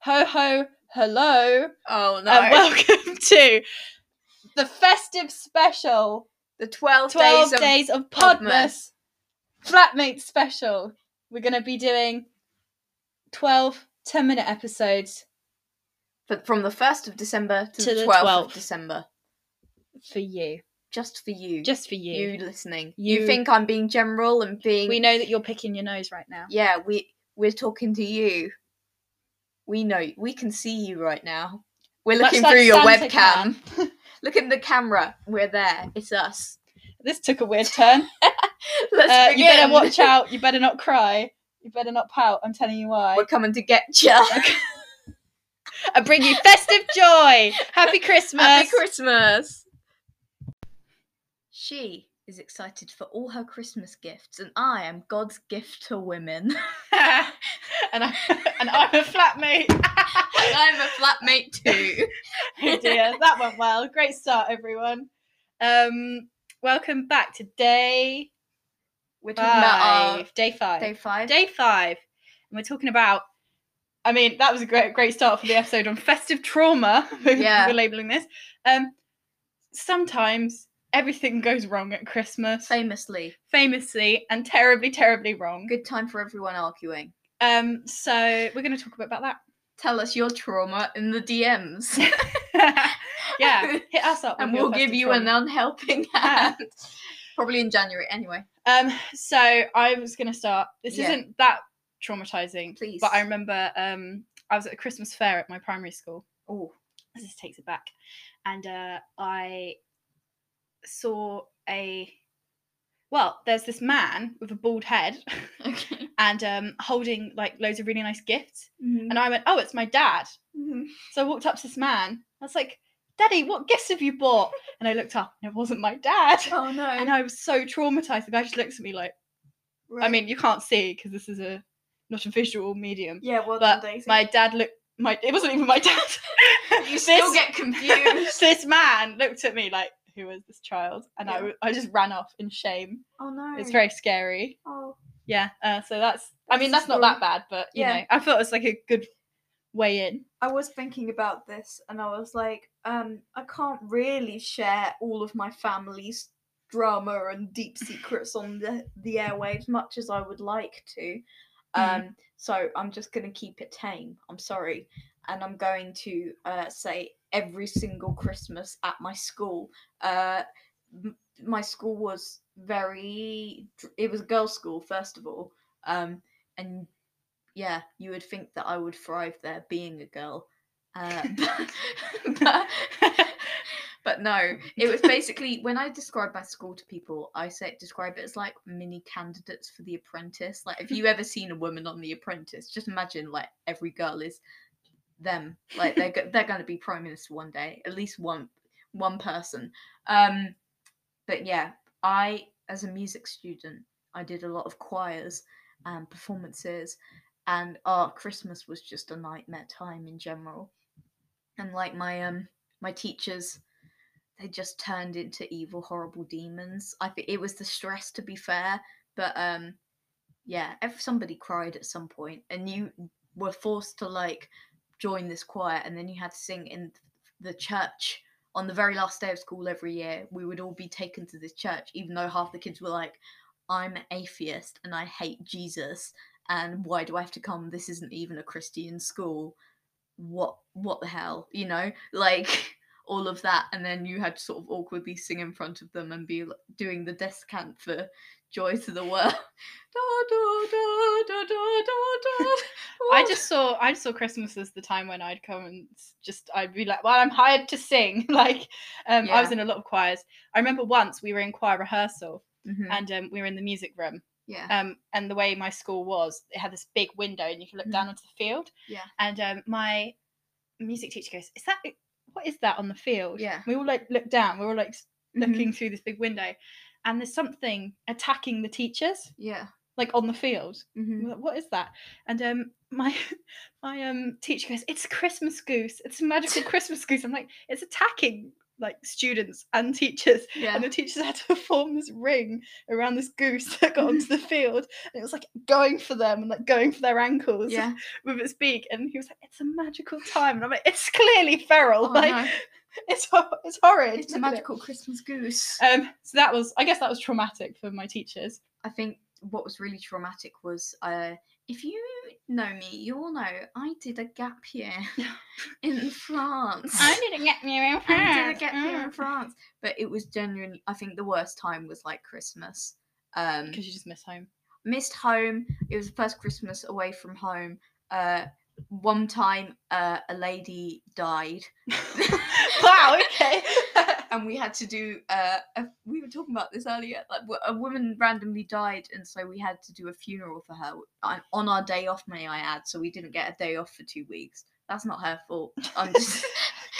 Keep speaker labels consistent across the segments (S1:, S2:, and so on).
S1: ho ho hello
S2: Oh no.
S1: and welcome to the festive special
S2: the 12,
S1: 12
S2: days, of-
S1: days of
S2: Podmas.
S1: Podmas flatmate special. We're going to be doing 12 10 minute episodes
S2: f- from the 1st of December to,
S1: To
S2: the
S1: the
S2: 12th, of
S1: 12th.
S2: December.
S1: for you,
S2: Just for you.
S1: just for you.
S2: you listening. You,
S1: You-
S2: think I'm being general and being
S1: We know that you're picking your nose right now.
S2: Yeah, we we're talking to you. We know we can see you right now. We're
S1: Much
S2: looking
S1: like
S2: through your
S1: Santa
S2: webcam.
S1: can.
S2: Look at the camera. We're there. It's us.
S1: This took a weird turn.
S2: Let's
S1: Uh,
S2: begin.
S1: you better watch out. You better not cry. You better not pout. I'm telling you why.
S2: We're coming to get you.
S1: I bring you festive joy. Happy Christmas.
S2: Happy Christmas! She is excited for all her Christmas gifts, and I am God's gift to women.
S1: and, I, and I'm a flatmate.
S2: I'm a flatmate too.
S1: oh dear, that went well. Great start, everyone. Um, welcome back to day
S2: We're talking about
S1: five. Day
S2: our
S1: five.
S2: day five.
S1: Day five, and we're talking about. I mean, that was a great, great start for the episode on festive trauma.
S2: Yeah.
S1: we're labeling this. Um, sometimes everything goes wrong at Christmas,
S2: Famously,
S1: famously and terribly, terribly wrong.
S2: good time for everyone arguing.
S1: Um, so we're going to talk a bit about
S2: Tell us your trauma in the DMs,
S1: that. yeah, hit us up, with
S2: and
S1: your
S2: we'll give
S1: festive
S2: you
S1: trauma.
S2: an unhelping hand. Probably in January, anyway.
S1: Um, so I was gonna start. This
S2: Yeah.
S1: isn't that traumatizing,
S2: Please.
S1: But I remember um, I was at a Christmas fair at my primary school.
S2: Oh,
S1: This takes it back, and uh, I saw a well. There's this man with a bald head
S2: okay.
S1: and um, holding like loads of really nice gifts, and I went, "Oh, it's my dad."
S2: Mm-hmm.
S1: So I walked up to this man. I was like, "Daddy, what gifts have you bought?" And I looked up, and it wasn't my dad.
S2: Oh no!
S1: And I was so traumatized. The guy just looks at me like. I
S2: Right.
S1: mean, you can't see because this is a not a visual medium.
S2: yeah. Well,
S1: but
S2: done, Daisy.
S1: My dad looked. My it wasn't even my dad.
S2: you still
S1: This-
S2: get confused.
S1: this man looked at me like, "Who is this child?" And I
S2: Yeah.
S1: w I I, just ran off in shame.
S2: Oh no.
S1: It's very scary.
S2: Oh,
S1: Yeah. Uh, so that's. I mean,
S2: That's
S1: that's not that bad, but you
S2: Yeah.
S1: know, I thought it was like a good way in.
S2: I was thinking about this, and I was like, um, I can't really share all of my family's drama and deep secrets on the the airwaves much as I would like to.
S1: Mm.
S2: Um, so I'm just gonna keep it tame. I'm sorry, and I'm going to uh, say every single Christmas at my school. Uh, m- my school was very. dr- It was a girls' school first of all, um, and yeah, you would think that I would thrive there being a girl. Uh, but, but no, it was basically when I describe my school to people, I say describe it as like mini candidates for The Apprentice. Like, if you ever seen a woman on The Apprentice, just imagine like every girl is them. Like they're go- they're going to be prime minister one day, at least one one person. Um, but yeah, I as a music student, I did a lot of choirs and performances, and our Christmas was just a nightmare time in general. And like my um my teachers they just turned into evil horrible demons i think it was the stress to be fair but um yeah if somebody cried at some point and you were forced to like join this choir and then you had to sing in the church on the very last day of school every year we would all be taken to this church even though half the kids were like i'm an atheist and i hate jesus and why do i have to come this isn't even a christian school what what the hell you know like all of that and then you had to sort of awkwardly sing in front of them and be l- doing the descant for joy to the world
S1: I just saw I saw Christmas as the time when I'd come and s- just I'd be like, well, I'm hired to sing. like, um, I was in a lot of choirs. I remember once we were in choir rehearsal
S2: Mhm,
S1: and um, we were in the music room.
S2: yeah
S1: Um, and the way my school was, it had this big window and you could look
S2: Mhm.
S1: down onto the field.
S2: Yeah.
S1: And um, my music teacher goes, "Is that what is that on the field?"
S2: Yeah.
S1: We all like look down. We're all like s-
S2: Mhm,
S1: looking through this big window, and there's something attacking the teachers
S2: yeah
S1: like on the field.
S2: mhm.
S1: I'm like, What is that? And um, my my um teacher goes, "It's a Christmas goose. It's a magical Christmas goose." I'm like, "It's attacking like students and teachers
S2: Yeah.
S1: and the teachers had to form this ring around this goose that got onto the field and it was like going for them and like going for their ankles
S2: yeah.
S1: with its beak and he was like it's a magical time and i'm like it's clearly feral
S2: Oh,
S1: like
S2: no.
S1: it's hor- it's horrid
S2: It's a
S1: look at it."
S2: magical Christmas goose.
S1: um so that was i guess that was traumatic for my teachers
S2: I think what was really traumatic was uh, if you know me, you'll know I did a gap year in France.
S1: didn't get me in
S2: I did a gap year
S1: Mm.
S2: in France, but it was genuinely. I think the worst time was like Christmas. Um,
S1: because you just miss home
S2: missed home. It was the first Christmas away from home. Uh, one time, uh, a lady died.
S1: wow okay
S2: and we had to do uh, a, we were talking about this earlier like w- a woman randomly died and so we had to do a funeral for her on- on our day off may i add so we didn't get a day off for two weeks that's not her fault i'm just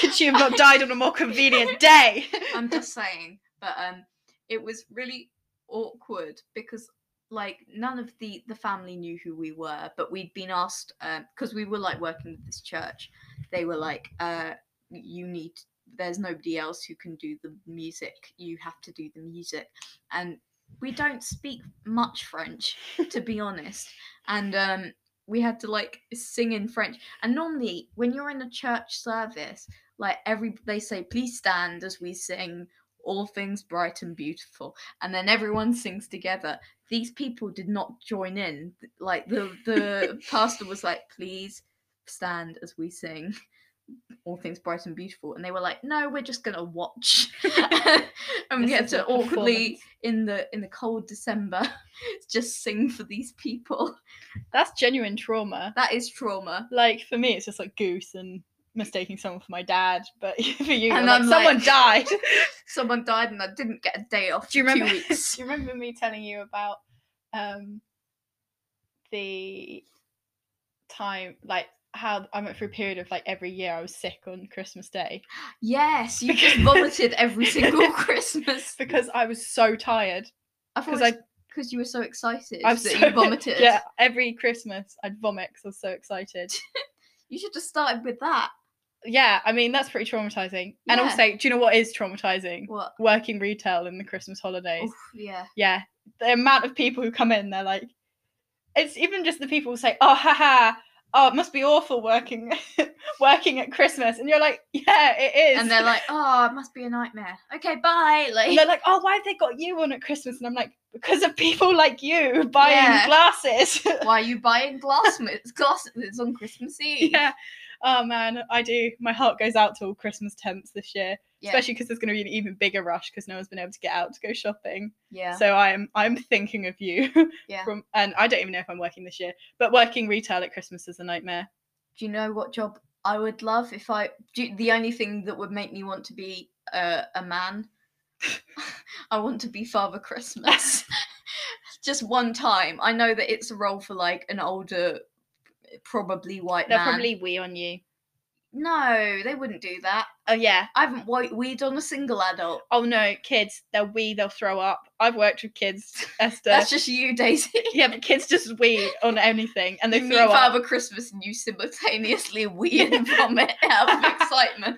S1: could you have not died on a more convenient day
S2: i'm just saying but um it was really awkward because like none of the the family knew who we were but we'd been asked because we were like working with this church they were like uh you need there's nobody else who can do the music you have to do the music and we don't speak much french to be honest and um we had to like sing in french and normally when you're in a church service like every they say please stand as we sing all things bright and beautiful and then everyone sings together these people did not join in like the the pastor was like please stand as we sing all things bright and beautiful and they were like no we're just gonna watch and we
S1: This
S2: had
S1: is
S2: to
S1: a
S2: awkwardly
S1: performance.
S2: in the in the cold december just sing for these people
S1: that's genuine trauma
S2: that is trauma
S1: like for me it's just like goose and mistaking someone for my dad but for you
S2: And
S1: you're like,
S2: I'm
S1: someone
S2: like-
S1: died
S2: someone died and i didn't get a day off
S1: do you
S2: for two
S1: remember
S2: weeks
S1: do you remember me telling you about um the time like how I went through a period of like every year I was sick on Christmas Day
S2: Yes, you just
S1: Because-
S2: vomited every single Christmas.
S1: because I was so tired.
S2: I thought
S1: 'Cause I-
S2: because you were so excited
S1: I
S2: that
S1: was so-
S2: you vomited.
S1: Yeah, every Christmas I'd vomit 'cause I was so excited.
S2: You should have started with that.
S1: yeah, I mean that's pretty traumatizing. And
S2: Yeah.
S1: also, do you know what is traumatizing?
S2: What? Oh.
S1: Working retail in the Christmas holidays.
S2: Oof, yeah.
S1: yeah, the amount of people who come in, they're like, it's even just the people who say, oh, haha, oh, it must be awful working, working at Christmas, and you're like, yeah, it is.
S2: And they're like, oh, it must be a nightmare. Okay, bye. Like,
S1: And they're like, oh, why have they got you on at Christmas? And I'm like, because of people like you buying
S2: Yeah.
S1: glasses.
S2: why are you buying glass glasses on Christmas Eve?
S1: yeah. Oh man, I do. My heart goes out to all Christmas temps this year,
S2: Yeah.
S1: especially because there's going to be an even bigger rush because no one's been able to get out to go shopping.
S2: yeah.
S1: So I'm I'm thinking of you.
S2: Yeah.
S1: From and I don't even know if I'm working this year, but working retail at Christmas is a nightmare.
S2: do you know what job I would love if I do, the only thing that would make me want to be uh, a man I want to be Father Christmas just one time I know that it's a role for like an older probably white man
S1: wee on you.
S2: no they wouldn't do that
S1: Oh yeah.
S2: I haven't white weed on a single adult
S1: Oh no, kids, they'll wee, they'll throw up. I've worked with kids, Esther.
S2: that's just you Daisy
S1: yeah, but kids just wee on anything and they
S2: you meet
S1: throw up.
S2: Father Christmas and you simultaneously wee and vomit out of excitement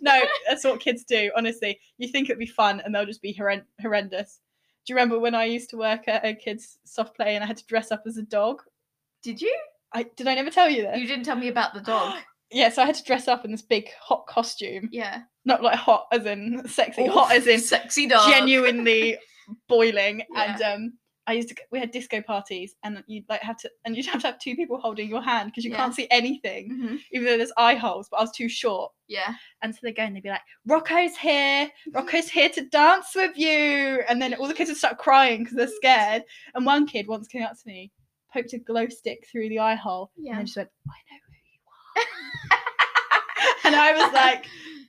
S1: No, that's what kids do, honestly. You think it'd be fun and they'll just be horren- horrendous. Do you remember when I used to work at a kids soft play and I had to dress up as a dog?
S2: did you
S1: I did I never tell you this?
S2: you didn't tell me about the dog
S1: Yeah, so I had to dress up in this big hot costume.
S2: yeah Oh,
S1: Not like hot as in sexy, hot as in
S2: sexy dog
S1: genuinely boiling.
S2: Yeah.
S1: And um, I used to g- we had disco parties, and you'd like have to and you'd have to have two people holding your hand because you
S2: Yeah.
S1: can't see anything,
S2: Mhm.
S1: even though there's eye holes. But I was too short.
S2: Yeah.
S1: And so they go and they'd be like, Rocco's here, Rocco's here to dance with you. And then all the kids would start crying because they're scared. And one kid once came up to me, poked a glow stick through the eye hole, and
S2: Yeah.
S1: then just went, I know who you and I was like,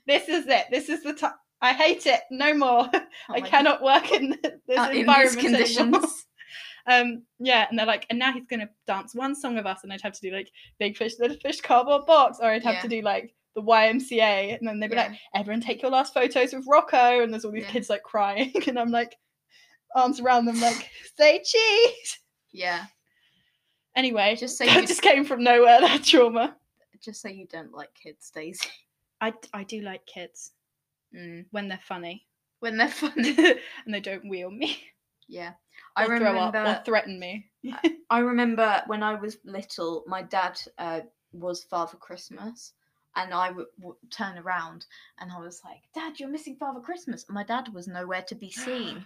S1: "This is it. This is the time. I hate it no more. I cannot work in th- this
S2: Oh Uh, in these
S1: environment anymore."
S2: conditions.
S1: Um, yeah, and they're like, "And now he's gonna dance one song of us," and I'd have to do like "Big Fish, Little Fish, Cardboard Box," or I'd have
S2: Yeah.
S1: to do like the YMCA, and then they'd be
S2: Yeah.
S1: like, "Everyone, take your last photos with Rocco," and there's all these
S2: Yeah.
S1: kids like crying, and I'm like, arms around them, like, "Say cheese."
S2: yeah.
S1: Anyway,
S2: Just say
S1: that
S2: you-
S1: just came from nowhere. That trauma.
S2: Just say you don't like kids, Daisy.
S1: I, I do like kids.
S2: Mm,
S1: when they're funny
S2: when they're funny.
S1: and they don't wheel me
S2: Yeah.
S1: or
S2: I remember
S1: throw up or threaten me.
S2: I remember when I was little, my dad uh, was Father Christmas, and I would, would turn around and I was like, "Dad, you're missing Father Christmas." And my dad was nowhere to be seen,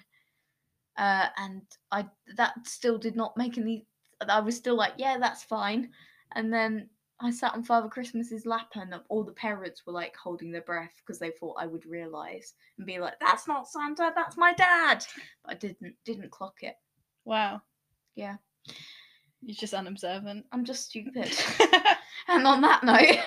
S2: uh, and I that still did not make any. I was still like, "Yeah, that's fine," and then. I sat on Father Christmas's lap, and all the parents were like holding their breath because they thought I would realize and be like, "That's not Santa, that's my dad." But I didn't didn't clock it.
S1: Wow.
S2: Yeah.
S1: You're just unobservant.
S2: I'm just stupid.
S1: uh,
S2: and on that note,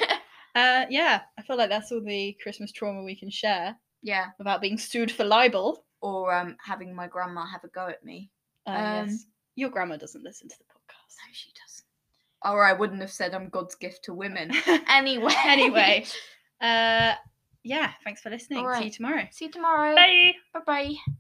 S1: yeah, I feel like that's all the Christmas trauma we can share
S2: yeah,
S1: about being sued for libel.
S2: or um, having my grandma have a go at me.
S1: Uh,
S2: Um,
S1: yes. Your grandma doesn't listen to the podcast.
S2: No, she doesn't. Or I wouldn't have said I'm God's gift to women. Anyway,
S1: anyway, uh, yeah, thanks for listening. See you
S2: Alright.
S1: tomorrow.
S2: see you tomorrow.
S1: Bye.
S2: Bye bye.